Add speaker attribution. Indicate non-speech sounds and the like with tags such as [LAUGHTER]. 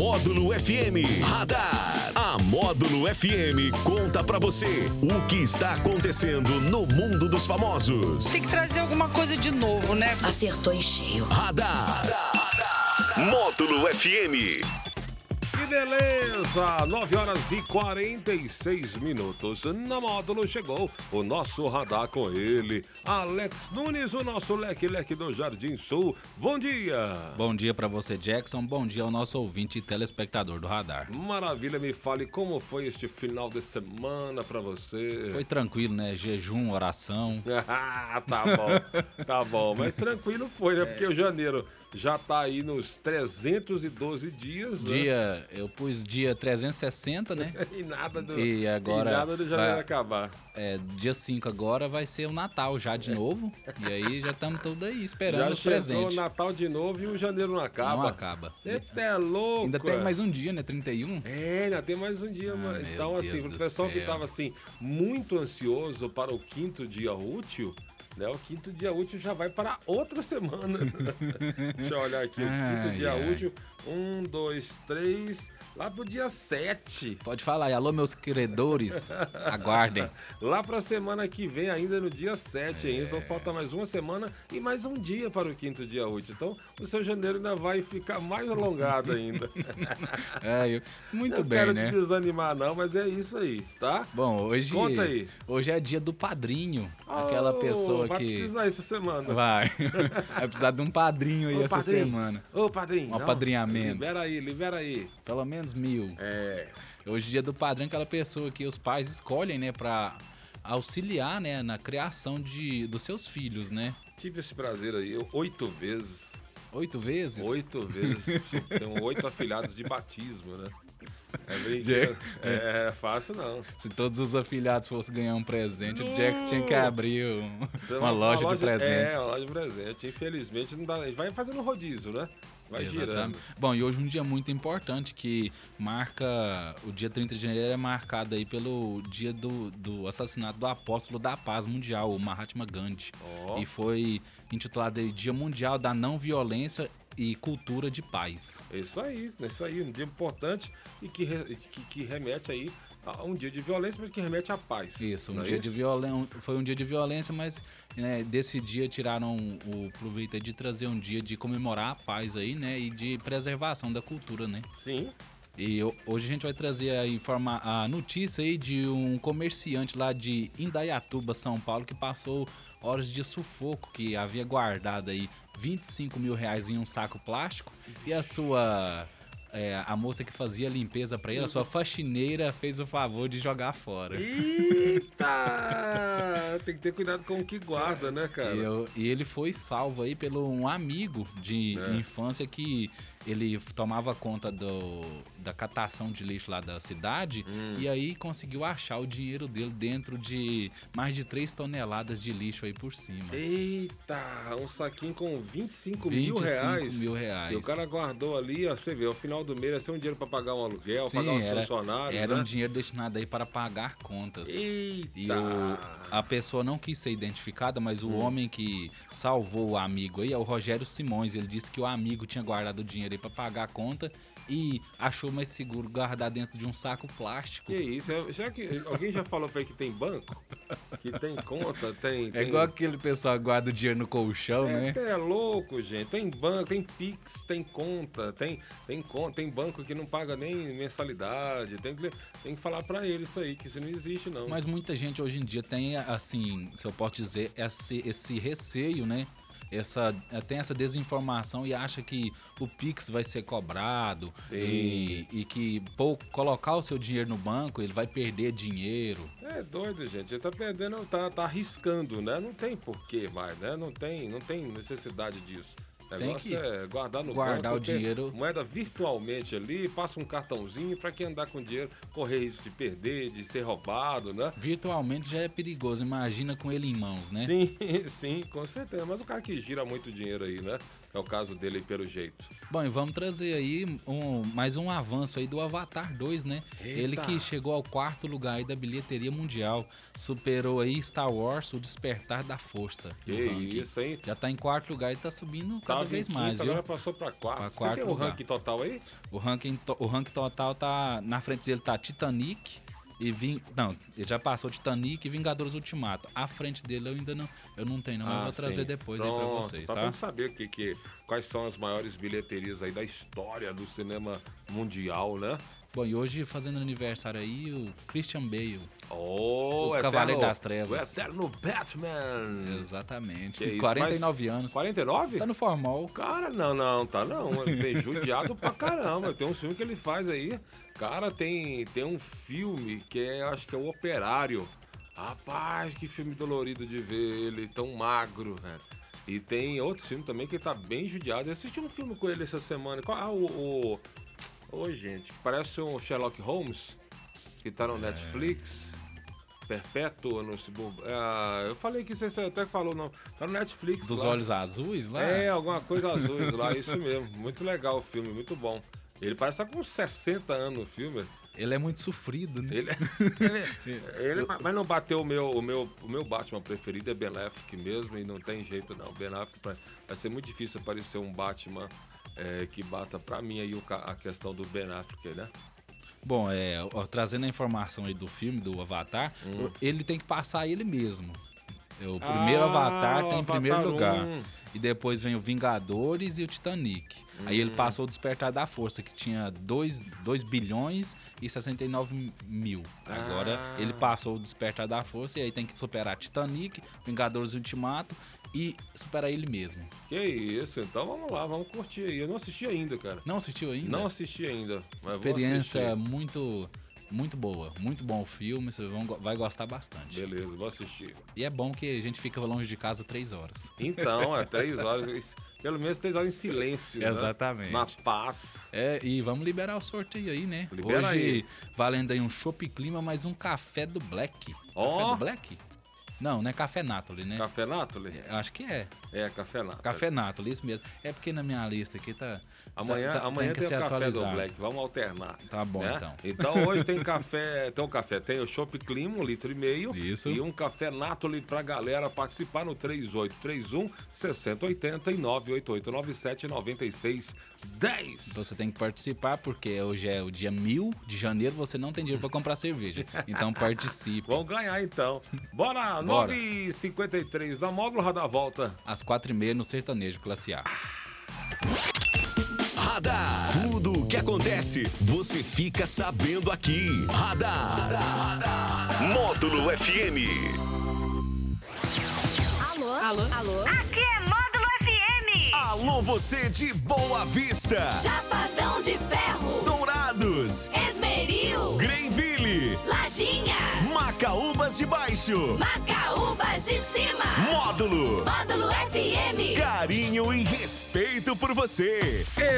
Speaker 1: Módulo FM Radar. A Módulo FM conta pra você o que está acontecendo no mundo dos famosos.
Speaker 2: Tem que trazer alguma coisa de novo, né?
Speaker 3: Acertou em cheio.
Speaker 1: Radar. Módulo FM.
Speaker 4: Que beleza! 9 horas e 46 minutos. Na módulo chegou o nosso radar com ele, Alex Nunes, o nosso leque-leque do Jardim Sul. Bom dia!
Speaker 5: Bom dia pra você, Jackson. Bom dia ao nosso ouvinte e telespectador do Radar.
Speaker 4: Maravilha, me fale como foi este final de semana pra você.
Speaker 5: Foi tranquilo, né? Jejum, oração.
Speaker 4: [LAUGHS] Ah, tá bom, tá bom. Mas tranquilo foi, né? Porque o janeiro já tá aí nos 312 dias. né?
Speaker 5: Dia, eu pus dia 360, né?
Speaker 4: E nada do,
Speaker 5: E agora
Speaker 4: e nada do janeiro
Speaker 5: vai-
Speaker 4: acabar.
Speaker 5: É, dia 5 agora vai ser o Natal já de novo. E aí já estamos todos aí esperando
Speaker 4: já
Speaker 5: os
Speaker 4: chegou
Speaker 5: presentes.
Speaker 4: o Natal de novo e o janeiro não acaba.
Speaker 5: Não acaba.
Speaker 4: Você é louco.
Speaker 5: Ainda tem
Speaker 4: é.
Speaker 5: mais um dia, né? 31?
Speaker 4: É, ainda tem mais um dia, mas-
Speaker 5: meu
Speaker 4: Então,
Speaker 5: Deus
Speaker 4: assim, pro
Speaker 5: do
Speaker 4: pessoal que
Speaker 5: céu.
Speaker 4: tava assim, muito ansioso para o quinto dia útil, né? O quinto dia útil já vai para outra semana. [LAUGHS] Deixa eu olhar aqui. O quinto
Speaker 5: Ai,
Speaker 4: dia
Speaker 5: ai.
Speaker 4: útil. Um, dois, três. Lá pro dia sete.
Speaker 5: Pode falar aí. Alô, meus credores. Aguardem.
Speaker 4: Lá pra semana que vem, ainda no dia 7 ainda. Então falta mais uma semana e mais um dia para o quinto dia útil. Então o seu janeiro ainda vai ficar mais alongado ainda. [LAUGHS]
Speaker 5: É, eu- Muito
Speaker 4: não
Speaker 5: bem,
Speaker 4: quero
Speaker 5: né?
Speaker 4: te desanimar, não, mas é isso aí, tá?
Speaker 5: Bom, hoje,
Speaker 4: Conta aí.
Speaker 5: hoje é dia do padrinho. aquela
Speaker 4: Oh,
Speaker 5: pessoa
Speaker 4: vai
Speaker 5: que.
Speaker 4: precisar essa semana.
Speaker 5: Vai. [LAUGHS] Vai precisar de um padrinho aí
Speaker 4: Ô,
Speaker 5: essa
Speaker 4: padrinho.
Speaker 5: semana.
Speaker 4: Ô, padrinho.
Speaker 5: Um
Speaker 4: não.
Speaker 5: apadrinhamento.
Speaker 4: Libera aí, libera aí.
Speaker 5: Pelo menos mil.
Speaker 4: É.
Speaker 5: Hoje é dia do padrinho, aquela pessoa que os pais escolhem, né, pra auxiliar, né, na criação de, dos seus filhos, né?
Speaker 4: Tive esse prazer aí eu, oito vezes.
Speaker 5: Oito vezes?
Speaker 4: Oito [LAUGHS] vezes. Tenho oito afilhados de batismo, né? É brincadeira.
Speaker 5: Diego.
Speaker 4: É, é fácil não.
Speaker 5: Se todos os afiliados fossem ganhar um presente, o Jack tinha que abrir um-
Speaker 4: Então,
Speaker 5: uma loja de presentes.
Speaker 4: É, uma loja de presente. Infelizmente não dá. a gente Vai fazendo rodízio, né? Vai girando.
Speaker 5: Exatamente. Bom, e hoje um dia muito importante que marca. O dia 30 de janeiro é marcado aí pelo dia do, do assassinato do apóstolo da paz mundial, o Mahatma Gandhi.
Speaker 4: Ó.
Speaker 5: E foi intitulado aí Dia Mundial da Não Violência e Cultura de Paz.
Speaker 4: É Isso aí, é isso aí, um dia importante e que, re- que, que remete aí a um dia de violência, mas que remete à paz.
Speaker 5: Isso, um
Speaker 4: não é
Speaker 5: dia de violência. Foi um dia de violência, mas né, desse dia tiraram o proveito aí de trazer um dia de comemorar a paz aí, né? E de preservação da cultura, né?
Speaker 4: Sim.
Speaker 5: E ho- hoje a gente vai trazer a, informa a notícia aí de um comerciante lá de Indaiatuba, São Paulo, que passou horas de sufoco, que havia guardado aí 25 mil reais em um saco plástico. E a sua. é, a moça que fazia a limpeza pra ele, a sua faxineira, fez o favor de jogar fora. E,
Speaker 4: Eita! [LAUGHS] Tem que ter cuidado com o que guarda, né, cara?
Speaker 5: eu- e ele foi salvo aí pelo um amigo de
Speaker 4: É.
Speaker 5: infância que ele tomava conta do, da catação de lixo lá da cidade
Speaker 4: Hum.
Speaker 5: e aí conseguiu achar o dinheiro dele dentro de mais de 3 toneladas de lixo aí por cima.
Speaker 4: Eita! Um saquinho com 25, mil
Speaker 5: 25
Speaker 4: reais.
Speaker 5: mil reais.
Speaker 4: E o cara guardou ali, ó, você vê, ao final do mês ia ser um dinheiro pra pagar um aluguel,
Speaker 5: Sim,
Speaker 4: pagar os
Speaker 5: era,
Speaker 4: funcionários,
Speaker 5: era
Speaker 4: né?
Speaker 5: um dinheiro destinado aí para pagar contas.
Speaker 4: Eita!
Speaker 5: E o- a pessoa não quis ser identificada, mas o homem que salvou o amigo aí é o Rogério Simões. Ele disse que o amigo tinha guardado o dinheiro aí pra pagar a conta e achou mais seguro guardar dentro de um saco plástico.
Speaker 4: Que isso? é- Será que alguém já falou pra ele que tem banco? Que tem conta? Tem.
Speaker 5: É
Speaker 4: tem...
Speaker 5: igual aquele pessoal que guarda o dinheiro no colchão,
Speaker 4: É,
Speaker 5: né?
Speaker 4: até é louco, gente. Tem banco, tem Pix, tem conta, tem, tem conta, tem banco que não paga nem mensalidade. Tem que, tem que falar pra ele isso aí, que isso não existe, não.
Speaker 5: Mas muita gente hoje em dia tem, assim, se eu posso dizer, esse, esse receio, né? Essa, tem essa desinformação e acha que o Pix vai ser cobrado e, e que pô, colocar o seu dinheiro no banco ele vai perder dinheiro.
Speaker 4: É doido, gente. Ele tá perdendo, tá, tá arriscando, né? Não tem porquê mais, né? Não tem, não tem necessidade disso. O
Speaker 5: Tem
Speaker 4: negócio
Speaker 5: que
Speaker 4: é guardar no
Speaker 5: guardar
Speaker 4: banco,
Speaker 5: o
Speaker 4: ter
Speaker 5: dinheiro.
Speaker 4: Moeda virtualmente ali, passa um cartãozinho pra quem andar com dinheiro, correr risco de perder, de ser roubado, né?
Speaker 5: Virtualmente já é perigoso, imagina com ele em mãos,
Speaker 4: [LAUGHS]
Speaker 5: né?
Speaker 4: Sim, sim, com certeza. Mas o cara que gira muito dinheiro aí, né? É o caso dele aí, pelo jeito.
Speaker 5: Bom, e vamos trazer aí um- mais um avanço aí do Avatar 2, né?
Speaker 4: Eita.
Speaker 5: Ele que chegou ao quarto lugar aí da bilheteria mundial, superou aí Star Wars, o Despertar da Força.
Speaker 4: Que
Speaker 5: no ranking.
Speaker 4: isso, hein?
Speaker 5: Já tá em quarto lugar e tá subindo cada
Speaker 4: Tava em
Speaker 5: vez
Speaker 4: quinto,
Speaker 5: mais, viu?
Speaker 4: Agora passou pra quarto.
Speaker 5: Pra
Speaker 4: Você
Speaker 5: quarto
Speaker 4: tem o
Speaker 5: lugar.
Speaker 4: ranking total aí?
Speaker 5: O ranking, to- o ranking total tá. Na frente dele tá Titanic e Ving. Não, ele já passou Titanic e Vingadores Ultimato. À frente dele eu ainda não, eu não tenho, não, mas eu vou trazer
Speaker 4: Ah, sim.
Speaker 5: depois aí pra
Speaker 4: Pronto,
Speaker 5: vocês,
Speaker 4: pra
Speaker 5: tá?
Speaker 4: gente saber que, que, quais são as maiores bilheterias aí da história do cinema mundial, né?
Speaker 5: Bom, e hoje fazendo aniversário aí, o Christian Bale.
Speaker 4: Oh,
Speaker 5: O Cavaleiro das Trevas.
Speaker 4: O Eterno Batman.
Speaker 5: Exatamente.
Speaker 4: Que é isso,
Speaker 5: 49
Speaker 4: mas-
Speaker 5: anos.
Speaker 4: 49?
Speaker 5: Tá no formal.
Speaker 4: Cara, não, não, tá não. Ele tem judiado pra caramba. Tem um filme que ele faz aí. Cara, tem, tem um filme que é, acho que é o Operário. Rapaz, que filme dolorido de ver ele tão magro, velho. E tem outro filme também que tá bem judiado. Eu assisti um filme com ele essa semana. Qual, ah, o. o... Ô, gente, que parece um Sherlock Holmes, que tá no
Speaker 5: É.
Speaker 4: Netflix. Perpétua no. Ah, eu falei que você até falou, não. Tá no Netflix.
Speaker 5: Dos
Speaker 4: lá.
Speaker 5: olhos azuis lá?
Speaker 4: É, alguma coisa azuis lá, isso mesmo. Muito legal o filme, muito bom. Ele parece estar com 60 anos o filme.
Speaker 5: Ele é muito sofrido, né?
Speaker 4: Ele, ele- ele- mas não bateu o meu, o meu, o meu Batman preferido é Ben Affleck mesmo e não tem jeito não. Ben Affleck vai- vai ser muito difícil aparecer um Batman eh, que bata pra mim aí o ca- a questão do Ben Affleck, né?
Speaker 5: Bom, é, ó, trazendo a informação aí do filme, do Avatar,
Speaker 4: Hum.
Speaker 5: ele tem que passar ele mesmo. É, O primeiro
Speaker 4: Ah,
Speaker 5: Avatar
Speaker 4: o
Speaker 5: tem em
Speaker 4: Avatar
Speaker 5: primeiro lugar.
Speaker 4: um.
Speaker 5: E depois vem o Vingadores e o Titanic. Aí
Speaker 4: Hum.
Speaker 5: ele passou o Despertar da Força, que tinha 2, bilhões e 69 mil. Agora
Speaker 4: Ah.
Speaker 5: ele passou o Despertar da Força e aí tem que superar Titanic, Vingadores e Ultimato e superar ele mesmo.
Speaker 4: Que isso, então vamos lá, vamos curtir aí. Eu não assisti ainda, cara.
Speaker 5: Não assistiu ainda?
Speaker 4: Não assisti ainda. Mas vou
Speaker 5: né? experiência
Speaker 4: assistir.
Speaker 5: muito muito boa, muito bom o filme, você vão, go- vai gostar bastante.
Speaker 4: Beleza, vou assistir.
Speaker 5: E é bom que a gente fica longe de casa três horas.
Speaker 4: Então, é três horas. Pelo menos três horas em silêncio. né?
Speaker 5: Exatamente.
Speaker 4: Na paz.
Speaker 5: É, e vamos liberar o sorteio aí, né?
Speaker 4: Libera
Speaker 5: Hoje,
Speaker 4: aí.
Speaker 5: valendo aí um Chopp Clima, mais um café do Black. Café
Speaker 4: Ó.
Speaker 5: do Black? Não, não é Café Natoli, né?
Speaker 4: Café Nathalie?
Speaker 5: Eu Acho que é.
Speaker 4: É, café Nathalie.
Speaker 5: Café Natoli, isso mesmo. É porque na minha lista aqui tá.
Speaker 4: Amanhã,
Speaker 5: tá- tá-
Speaker 4: amanhã tem,
Speaker 5: ser
Speaker 4: o café do
Speaker 5: atualizado.
Speaker 4: Black. Vamos alternar.
Speaker 5: Tá bom,
Speaker 4: né?
Speaker 5: então.
Speaker 4: Então hoje tem café. Então, café tem o Chopp Clima, um litro e meio.
Speaker 5: Isso.
Speaker 4: E um café Nathalie pra galera participar no 3831 6080 um, e 988 97 96 10.
Speaker 5: Então você tem que participar, porque hoje é o dia mil de janeiro, você não tem dinheiro pra comprar [LAUGHS] cerveja. Então participe.
Speaker 4: Vamos ganhar então. Bora,
Speaker 5: Bora.
Speaker 4: 9h53 da módulo, radar volta.
Speaker 5: Às quatro e meia no Sertanejo Classe A.
Speaker 1: Radar. Tudo o que acontece, você fica sabendo aqui. Radar. Módulo FM.
Speaker 3: Alô? Alô? Alô? Aqui é Módulo FM.
Speaker 1: Alô, você de Boa Vista,
Speaker 3: Chapadão de Ferro.
Speaker 1: Dourados,
Speaker 3: Esmeril.
Speaker 1: Greenville,
Speaker 3: Lajinha.
Speaker 1: Macaúbas de Baixo,
Speaker 3: Macaúbas de cima.
Speaker 1: Módulo.
Speaker 3: Módulo FM.
Speaker 1: Carinho e respeito por você.